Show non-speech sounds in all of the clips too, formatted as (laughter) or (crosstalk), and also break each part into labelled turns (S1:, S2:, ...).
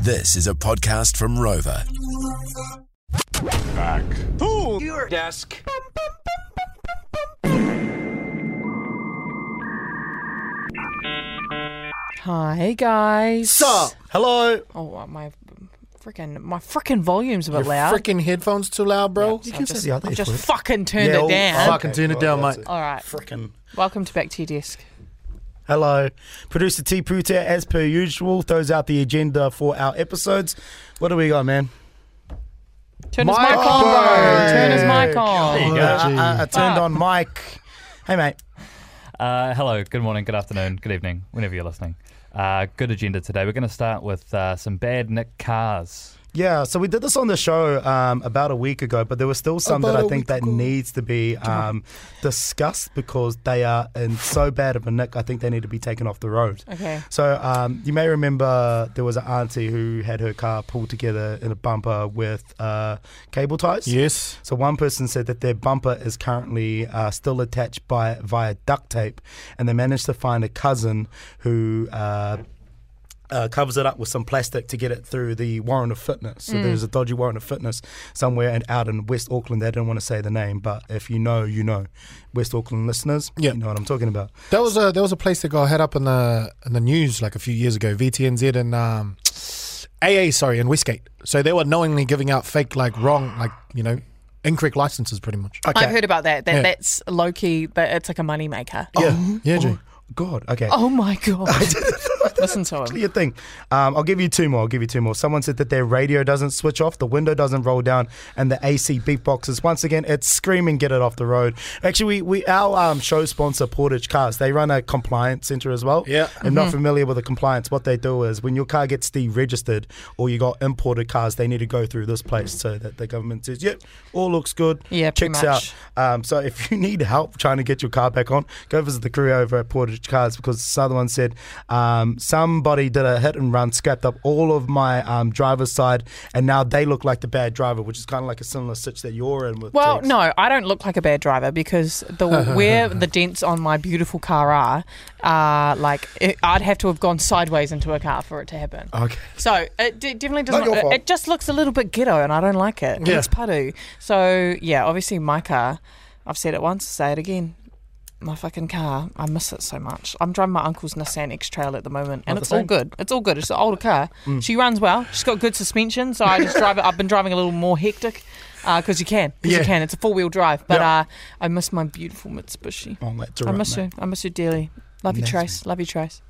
S1: This is a podcast from Rover.
S2: Back.
S3: Ooh, your desk.
S4: Hi guys.
S5: Hello.
S4: Oh, wow, my freaking my freaking volume's a bit
S5: Your
S4: loud.
S5: freaking headphones too loud, bro.
S4: So
S5: You
S4: I've
S5: can
S4: just,
S5: say the other
S4: I've just
S5: word.
S4: fucking turned
S5: Yeah,
S4: it
S5: well,
S4: down.
S5: Fucking turn it down, mate.
S4: All right.
S2: Frickin'.
S4: Welcome to back to your desk.
S5: Hello.
S6: Producer T Puta, as per usual, throws out the agenda for our episodes. What do we got, man?
S4: Turn his
S5: Mic
S4: mic on, bro.
S5: on.
S4: Turn his mic on.
S5: go.
S6: Uh, I, I turned
S4: Ah.
S6: on Mike. Hey, mate.
S7: Uh, hello, good morning, good afternoon, good evening, whenever you're listening. Uh, good agenda today. We're going to start with uh, some bad Nick cars.
S6: Yeah, so we did this on the show um, about a week ago, but there was still some
S5: About
S6: that
S5: a
S6: I think
S5: week
S6: that
S5: ago.
S6: needs to be um, discussed because they are in so bad of a nick. I think they need to be taken off the road.
S4: Okay.
S6: So um, you may remember there was an auntie who had her car pulled together in a bumper with uh, cable ties.
S5: Yes.
S6: So one person said that their bumper is currently uh, still attached by via duct tape, and they managed to find a cousin who. Uh, uh, covers it up with some plastic to get it through the warrant of fitness. So there's a dodgy warrant of fitness somewhere and out in West Auckland. They didn't want to say the name, but if you know, you know. West Auckland listeners,
S5: Yeah.
S6: you know what I'm talking about.
S5: That was a that was a place that got had up in the in the news like a few years ago. VTNZ and um, AA, sorry, in Westgate. So they were knowingly giving out fake, like wrong, like you know, incorrect licenses, pretty much.
S4: I've heard about that. That
S5: Yeah.
S4: that's low key. That it's like a moneymaker.
S5: Yeah.
S6: Uh-huh.
S5: yeah, G.
S6: God, okay.
S4: Oh my
S5: (laughs)
S4: god. Listen to him.
S6: your thing. Um, I'll give you two more. I'll give you two more. Someone said that their radio doesn't switch off, the window doesn't roll down, and the AC beatboxes. Once again, it's screaming, get it off the road. Actually, we, we our um, show sponsor, Portage Cars, they run a compliance center as well.
S5: Yeah.
S6: I'm not familiar with the compliance. What they do is when your car gets deregistered or you got imported cars, they need to go through this place so that the government says, yep, all looks good.
S4: Yeah, pretty
S6: Checks
S4: much.
S6: out. Um, so if you (laughs) need help trying to get your car back on, go visit the crew over at Portage Cars because Sutherland said um, somebody did a hit and run, scrapped up all of my um, driver's side, and now they look like the bad driver, which is kind of like a similar stitch that you're in with.
S4: Well,
S6: Tex.
S4: no, I don't look like a bad driver because the
S6: (laughs)
S4: where the dents on my beautiful car are, uh, like it, I'd have to have gone sideways into a car for it to happen.
S6: Okay.
S4: So it d- definitely doesn't.
S6: Not your
S4: it-
S6: fault.
S4: It just looks a little bit ghetto, and I don't like it. It
S5: Yeah.
S4: looks putty. So yeah, obviously my car. I've said it once. Say it again. My fucking car. I miss it so much. I'm driving my uncle's Nissan X Trail at the moment,
S6: Not Oh,
S4: and
S6: the
S4: it's all
S6: same. Mm.
S4: good. It's all good. It's an older car. She runs well. She's got good suspension, so
S6: (laughs)
S4: I just drive it. I've been driving a little more hectic because you can. Uh, 'Cause
S5: Yeah.
S4: you can. It's a four wheel drive, but
S6: Yep.
S4: uh, I miss my beautiful Mitsubishi.
S6: Oh, that's
S4: I
S6: alright,
S4: miss
S6: mate.
S4: you. I miss you dearly. Love you, Trace. Love you, Trace.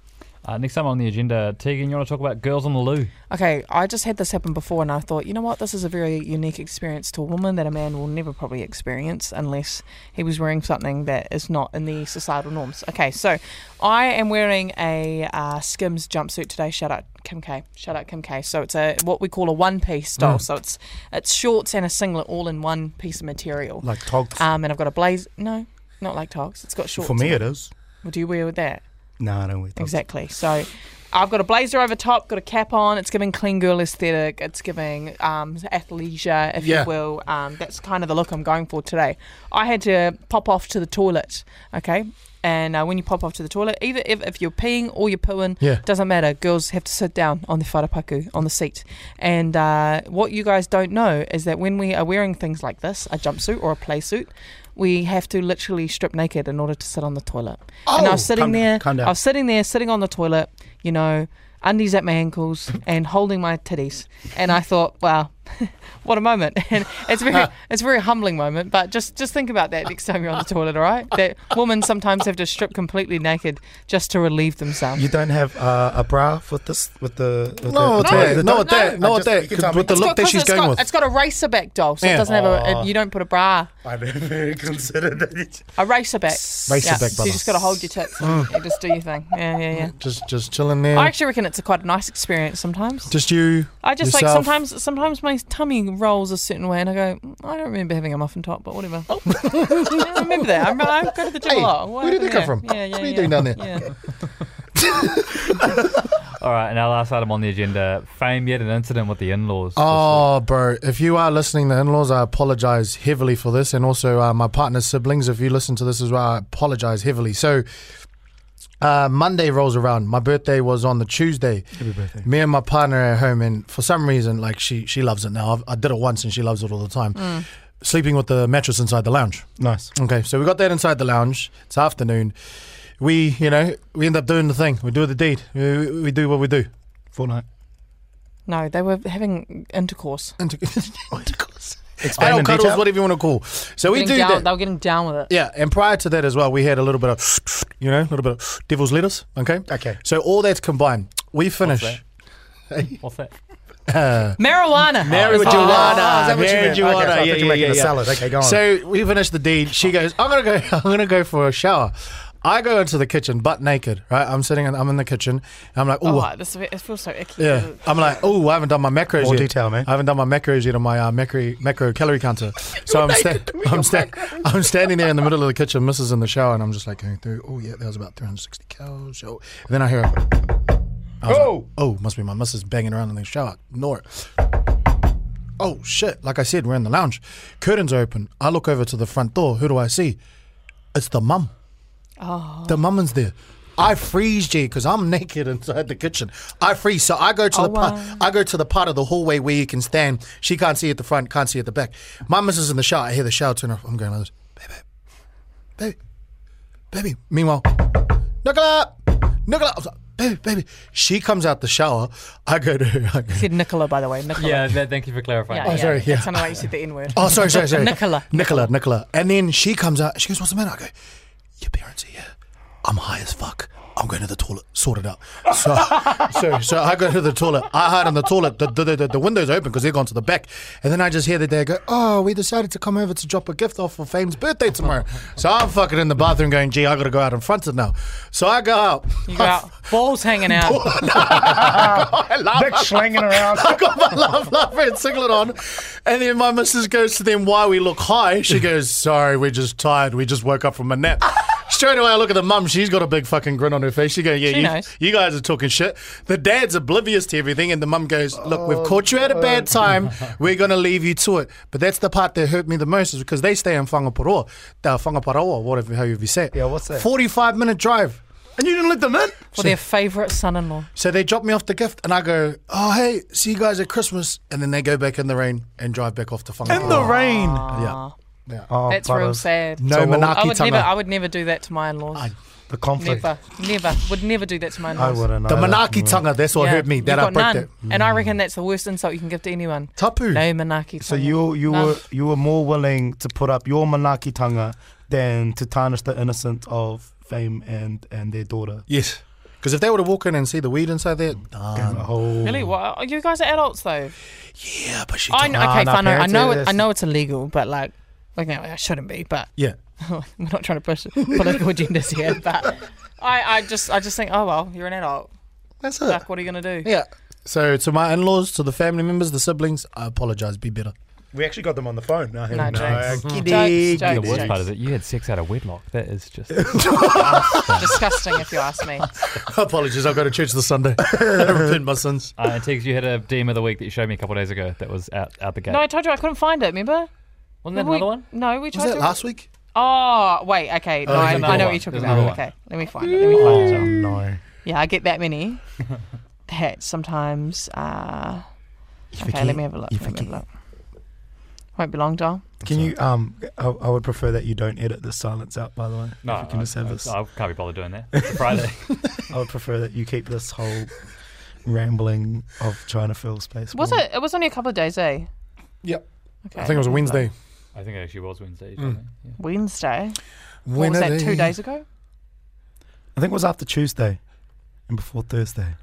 S7: Uh, next time on the agenda, Tegan, you want to talk about girls on the loo?
S4: Okay, I just had this happen before, and I thought, you know what, this is a very unique experience to a woman that a man will never probably experience unless he was wearing something that is not in the societal norms. Okay, so I am wearing a uh, Skims jumpsuit today. Shout out Kim K. Shout out Kim K. So it's a what we call a one piece style. So it's it's shorts and a singlet all in one piece of material.
S6: Like togs.
S4: Um, and I've got a blaze. No, not like togs. It's got shorts.
S6: For me,
S4: in
S6: it is.
S4: What do you wear with that?
S6: No, I don't wear togs.
S4: Exactly. So I've got a blazer over top, got a cap on. It's giving clean girl aesthetic. It's giving um, athleisure, if
S5: Yeah.
S4: you will. Um, that's kind of the look I'm going for today. I had to pop off to the toilet, okay? And uh, when you pop off to the toilet, either if, if you're peeing or you're pooing,
S5: Yeah.
S4: doesn't matter. Girls have to sit down on the wharapaku, on the seat. And uh, what you guys don't know is that when we are wearing things like this, a jumpsuit or a play suit, we have to literally strip naked in order to sit on the toilet. and I was
S5: Oh,
S4: sitting
S6: calm down,
S4: there,
S6: calm down.
S4: I was sitting there, sitting on the toilet, you know, undies at my ankles and holding my titties. And I thought, wow, (laughs) what a moment. (laughs) And
S6: (laughs)
S4: it's very it's a very humbling moment, but just just think about that next time you're on the toilet, all right? That women sometimes have to strip completely naked just to relieve themselves.
S6: You don't have uh, a bra with this, with the. With
S5: No,
S6: the,
S5: with
S6: the-
S5: that,
S6: the
S5: no,
S6: top?
S5: with that,
S6: I
S5: no, with
S6: just-
S5: that,
S6: you can tell
S5: 'cause
S6: me.
S5: with the look-
S4: It's got-
S5: that she's
S4: 'cause it's
S5: going
S4: got-
S5: with.
S4: It's got a racer back doll, so it
S5: Yeah.
S4: doesn't have a. it- you don't put a bra.
S6: I never (laughs) considered that.
S4: A racer back.
S5: Racer
S4: yeah.
S5: back,
S4: So you
S5: brother. Mm.
S4: just got to hold your tits. and you just do your thing. Yeah, yeah, yeah.
S5: Just just chilling there.
S4: I actually reckon it's a quite a nice experience sometimes.
S5: just you.
S4: I just like
S5: yourself.
S4: sometimes sometimes my tummy rolls a certain way and I go, "Mm, I don't remember having a muffin top, but whatever. (laughs) I don't remember that. I'm, I go to the gym a
S5: Oh. (laughs) Hey,
S4: lot.
S5: where
S4: happened
S5: did that come
S4: there?
S5: from?
S4: Yeah, yeah,
S5: What are you
S4: yeah.
S5: doing down there?
S4: Yeah.
S7: All right, and our last item on the agenda fame yet an incident with the in laws.
S5: Oh, bro! If you are listening, the in-laws, I apologize heavily for this, and also uh, my partner's siblings. If you listen to this as well, I apologize heavily. So, uh, Monday rolls around. My birthday was on the Tuesday. Happy birthday. Me and my partner are at home, and for some reason, like she she loves it now. I've, I did it once, and she loves it all the time.
S4: Mm.
S5: Sleeping with the mattress inside the lounge.
S6: Nice.
S5: Okay, so we got that inside the lounge. It's afternoon. We, you know, we end up doing the thing. We do the deed. We, we- we do what we do.
S6: Fortnite.
S4: No, they were having intercourse.
S5: Inter-
S6: Explain in
S5: Adult cuddles,
S6: detail.
S5: whatever you want to call. So we
S4: Getting
S5: do
S4: down,
S5: that.
S4: They were getting down with it.
S5: Yeah, and prior to that as well, we had a little bit of, you know, a little bit of devil's lettuce. Okay.
S6: Okay.
S5: So all that's combined, we finish.
S7: What's that?
S4: Marijuana.
S5: Marijuana.
S6: Ah, that what you meant? Okay, so I thought
S5: Marijuana. yeah,
S6: you were
S5: yeah,
S6: making
S5: yeah,
S6: a
S5: yeah.
S6: salad. Okay, go on.
S5: So we finish the deed. She goes, I'm gonna go. (laughs) I'm gonna go for a shower. I go into the kitchen, butt naked. Right. I'm sitting. In, I'm in the kitchen. And I'm like,
S4: Oh,
S5: oh.
S4: this, it feels so icky.
S5: yeah, I'm like, oh, I haven't done my macros
S6: More
S5: yet.
S6: detail, man.
S5: I haven't done my macros yet on my uh, macro macro calorie counter. So I'm sta- I'm, sta- (laughs) I'm standing there in the middle of the kitchen. Mrs. in the shower, and I'm just like going through. Oh yeah, that was about 360 calories. Oh. And then I hear, a- I was like,
S6: Oh!
S5: oh, must be my Mrs. banging around in the shower. Ignore it. Oh shit! Like I said, we're in the lounge. Curtains are open. I look over to the front door. Who do I see? It's the mum. Oh. The mum's there. I freeze, G, because I'm (laughs) naked inside the kitchen. I freeze, so I go to the part, I go to the part of the hallway where you can stand. She can't see at the front, can't see at the back. My missus in the shower. I hear the shower turn off. I'm going like this, baby, baby, baby. Meanwhile, Nicola, Nicola, I was like, baby, baby. She comes out the shower. I go to her. I go,
S4: I said Nicola, by the way. Nicola.
S7: Yeah, th- thank you for clarifying.
S4: Yeah,
S5: Oh,
S4: yeah.
S5: sorry, yeah.
S4: It sounded like you said the N word.
S5: (laughs) Oh, sorry, sorry, sorry.
S4: Nicola.
S5: Nicola, Nicola. And then she comes out. She goes, "What's the matter?" I go, "Your parents are here. I'm high as fuck. I'm going to the toilet. Sort it out." (laughs) So, so, so I go to the toilet. I hide in the toilet. The the, the, the window's open because they're gone to the back. And then I just hear that they go, "Oh, we decided to come over to drop a gift off for Fame's birthday tomorrow." So I'm fucking in the bathroom going, "Gee, I got to go out in front of now." So I go out.
S4: You got balls hanging out.
S5: I laugh.
S6: Big slinging around.
S5: (laughs) I got my love, love red singlet on. And then my missus goes to them, why we look high. She goes, sorry, we're just tired. We just woke up from a nap. Straight away, I look at the mum. She's got a big fucking grin on her face. She goes, yeah,
S4: She
S5: you,
S4: knows.
S5: you guys are talking shit. The dad's oblivious to everything. And the mum goes, look,
S6: Oh,
S5: we've caught you at a
S6: (laughs)
S5: bad time. We're going to leave you to it. But that's the part that hurt me the most is because they stay in Whangaparoa. Uh, Whangaparoa, whatever, however you say it.
S6: Yeah, what's that?
S5: 45 minute drive.
S6: and you didn't let them in?
S4: For their favourite son-in-law.
S5: So they drop me off the gift, and I go, "Oh, hey, see you guys at Christmas." And then they go back in the rain and drive back off to Whangaparoa.
S6: In the rain.
S5: yeah,
S6: Oh,
S4: That's
S6: Ah. brothers.
S4: real sad.
S5: no
S6: So what-
S4: I
S5: manaki
S4: would never.
S5: tanga.
S4: I would never do that to my in-laws.
S6: The conflict.
S4: never, never. Would never do that to my
S6: I
S4: in-laws.
S6: wouldn't. Mm.
S5: the
S6: either.
S5: manaki tanga. That's what
S4: Yeah.
S5: hurt me. That Mm. I
S4: You've got
S5: broke
S4: none.
S5: it.
S4: And I reckon that's the worst insult you can give to anyone.
S5: Tapu.
S4: No manaki.
S6: So you you
S4: No.
S6: were you were more willing to put up your manaki tanga than to tarnish the innocence of fame and and their daughter.
S5: Yes, because if they were to walk in and see the weed inside there,
S6: And the
S5: nah,
S6: whole-
S4: Really? What? Oh, You guys are adults, though.
S5: yeah, but she.
S4: I
S5: told-
S4: know, okay,
S6: no,
S4: fine. I
S6: parents
S4: know.
S6: do
S4: It,
S6: this.
S4: I know it's illegal, but like, like no, I shouldn't be. But
S5: Yeah,
S4: (laughs) we're not trying to push political agendas here.
S5: (laughs)
S4: But I, I just, I just think, oh well, you're an adult.
S5: that's it.
S4: Like, what are you gonna do?
S5: Yeah. So to my in-laws, to the family members, the siblings, I apologize. Be better.
S6: We actually got them on the phone. No,
S4: No, Mm-hmm. jokes.
S6: Giddy,
S4: Jokes,
S7: The
S4: jokes,
S7: worst part
S4: jokes.
S7: is that you had sex out of wedlock. That is just. uh,
S4: Disgusting, if you ask me.
S5: (laughs) apologies. I go to church this (laughs) Sunday. I repent my sins.
S7: Uh, and Tiggs, you had a DM of the week that you showed me a couple days ago that was out, out the gate.
S4: No, I told you I couldn't find it. Remember?
S7: Wasn't that
S4: We-
S7: another one?
S4: No, we
S5: Was
S4: tried
S5: that
S4: to.
S5: last week?
S4: Oh, wait. Okay. No,
S5: there's
S4: I, I know what
S7: another one.
S4: you're talking
S7: There's
S4: about.
S7: another one.
S4: Okay, let me find it. Let me find
S6: Oh.
S4: it.
S6: no.
S4: Yeah, I get that many. that sometimes. Uh, okay, let me have a look. Let me have a look. Won't be long, Dom.
S6: Can you um? I, I would prefer that you don't edit the silence out. By the way,
S7: No,
S6: If you can
S7: I,
S6: just have
S7: I-
S6: this.
S7: I can't be bothered doing that. It's a Friday. (laughs)
S6: I would prefer that you keep this whole rambling of trying to fill space.
S4: Was
S6: more.
S4: it? It was only a couple of days, eh?
S5: Yep.
S4: Okay.
S5: I think it was a Wednesday.
S7: I think it actually was Wednesday. Mm. Yeah.
S4: Wednesday. What was that? Two days ago.
S6: I think it was after Tuesday, and before Thursday.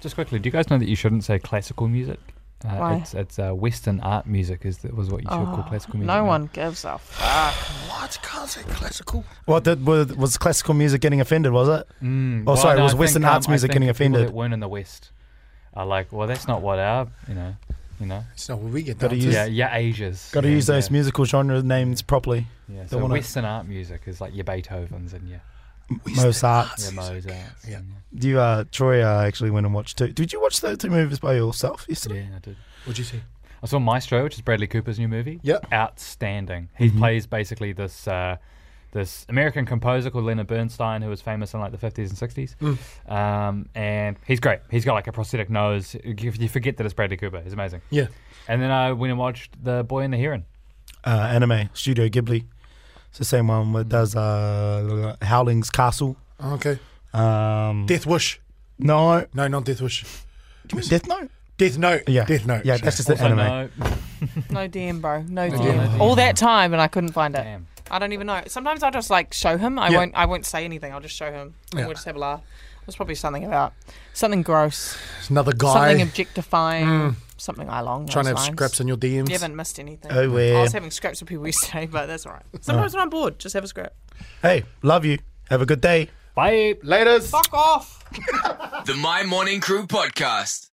S7: Just quickly, do you guys know that you shouldn't say classical music? Uh,
S4: Why? Oh,
S7: It's, it's uh, Western art music is that was what you should call classical music.
S4: No
S7: now.
S4: one gives a fuck.
S5: What? Can't say classical.
S6: What did, was, was classical music getting offended? Was it?
S7: Mm,
S6: Oh, sorry, it
S7: I
S6: was Western arts
S7: I
S6: music
S7: think
S6: getting
S7: people
S6: offended.
S7: That weren't in the West are like, well, that's not what our, you know, you know,
S5: It's not what we get.
S6: Gotta
S5: Down
S6: use-
S5: to.
S7: yeah, yeah, Asia's.
S6: Got to
S7: yeah,
S6: use those
S7: yeah,
S6: musical genre names properly.
S7: Yeah,
S6: Don't
S7: so
S6: wanna-
S7: Western art music is like your Beethovens and your,
S6: Mozart.
S7: your Mozarts.
S5: yeah.
S7: and
S6: You, uh, Troy, uh, actually went and watched two. Did you watch those two movies by yourself
S7: your-
S6: yesterday?
S7: yeah, I did.
S5: What'd you say?
S7: I saw Maestro, which is Bradley Cooper's new movie.
S5: Yep.
S7: Outstanding. He plays basically this uh, this American composer called Leonard Bernstein, who was famous in like the 50s and 60s. Um, and he's great. He's got like a prosthetic nose. You you forget that it's Bradley Cooper. He's amazing.
S5: Yeah.
S7: And then I went and watched The Boy and the Heron.
S6: uh, anime Studio Ghibli. It's the same one
S7: Mm.
S6: that does uh, Howling's Castle.
S5: Okay.
S6: Um,
S5: Death Wish.
S6: no,
S5: No, not Death Wish.
S6: Death Note.
S5: Death Note.
S6: Yeah,
S5: Death Note.
S6: Yeah, that's just the
S7: Also,
S6: anime.
S7: no-
S4: No DM, bro. No DM.
S7: DM.
S4: All that time, and I couldn't find it.
S7: Damn.
S4: I don't even know. Sometimes I'll just like show him. I
S5: Yeah.
S4: won't. I won't say anything. I'll just show him.
S5: Yeah.
S4: and We'll just have a laugh. It was probably something about something gross,
S5: It's another guy Mm.
S4: something objectifying, something along.
S5: trying to have
S4: those lines.
S5: scraps in your DMs.
S4: You haven't missed anything.
S6: Oh, weird.
S4: I was having scraps with people yesterday, but that's all right. Sometimes when I'm bored, just have a scrap.
S6: Hey, love you. Have a good day.
S7: Bye.
S5: Laters.
S4: Fuck off.
S2: The My Morning Crew podcast.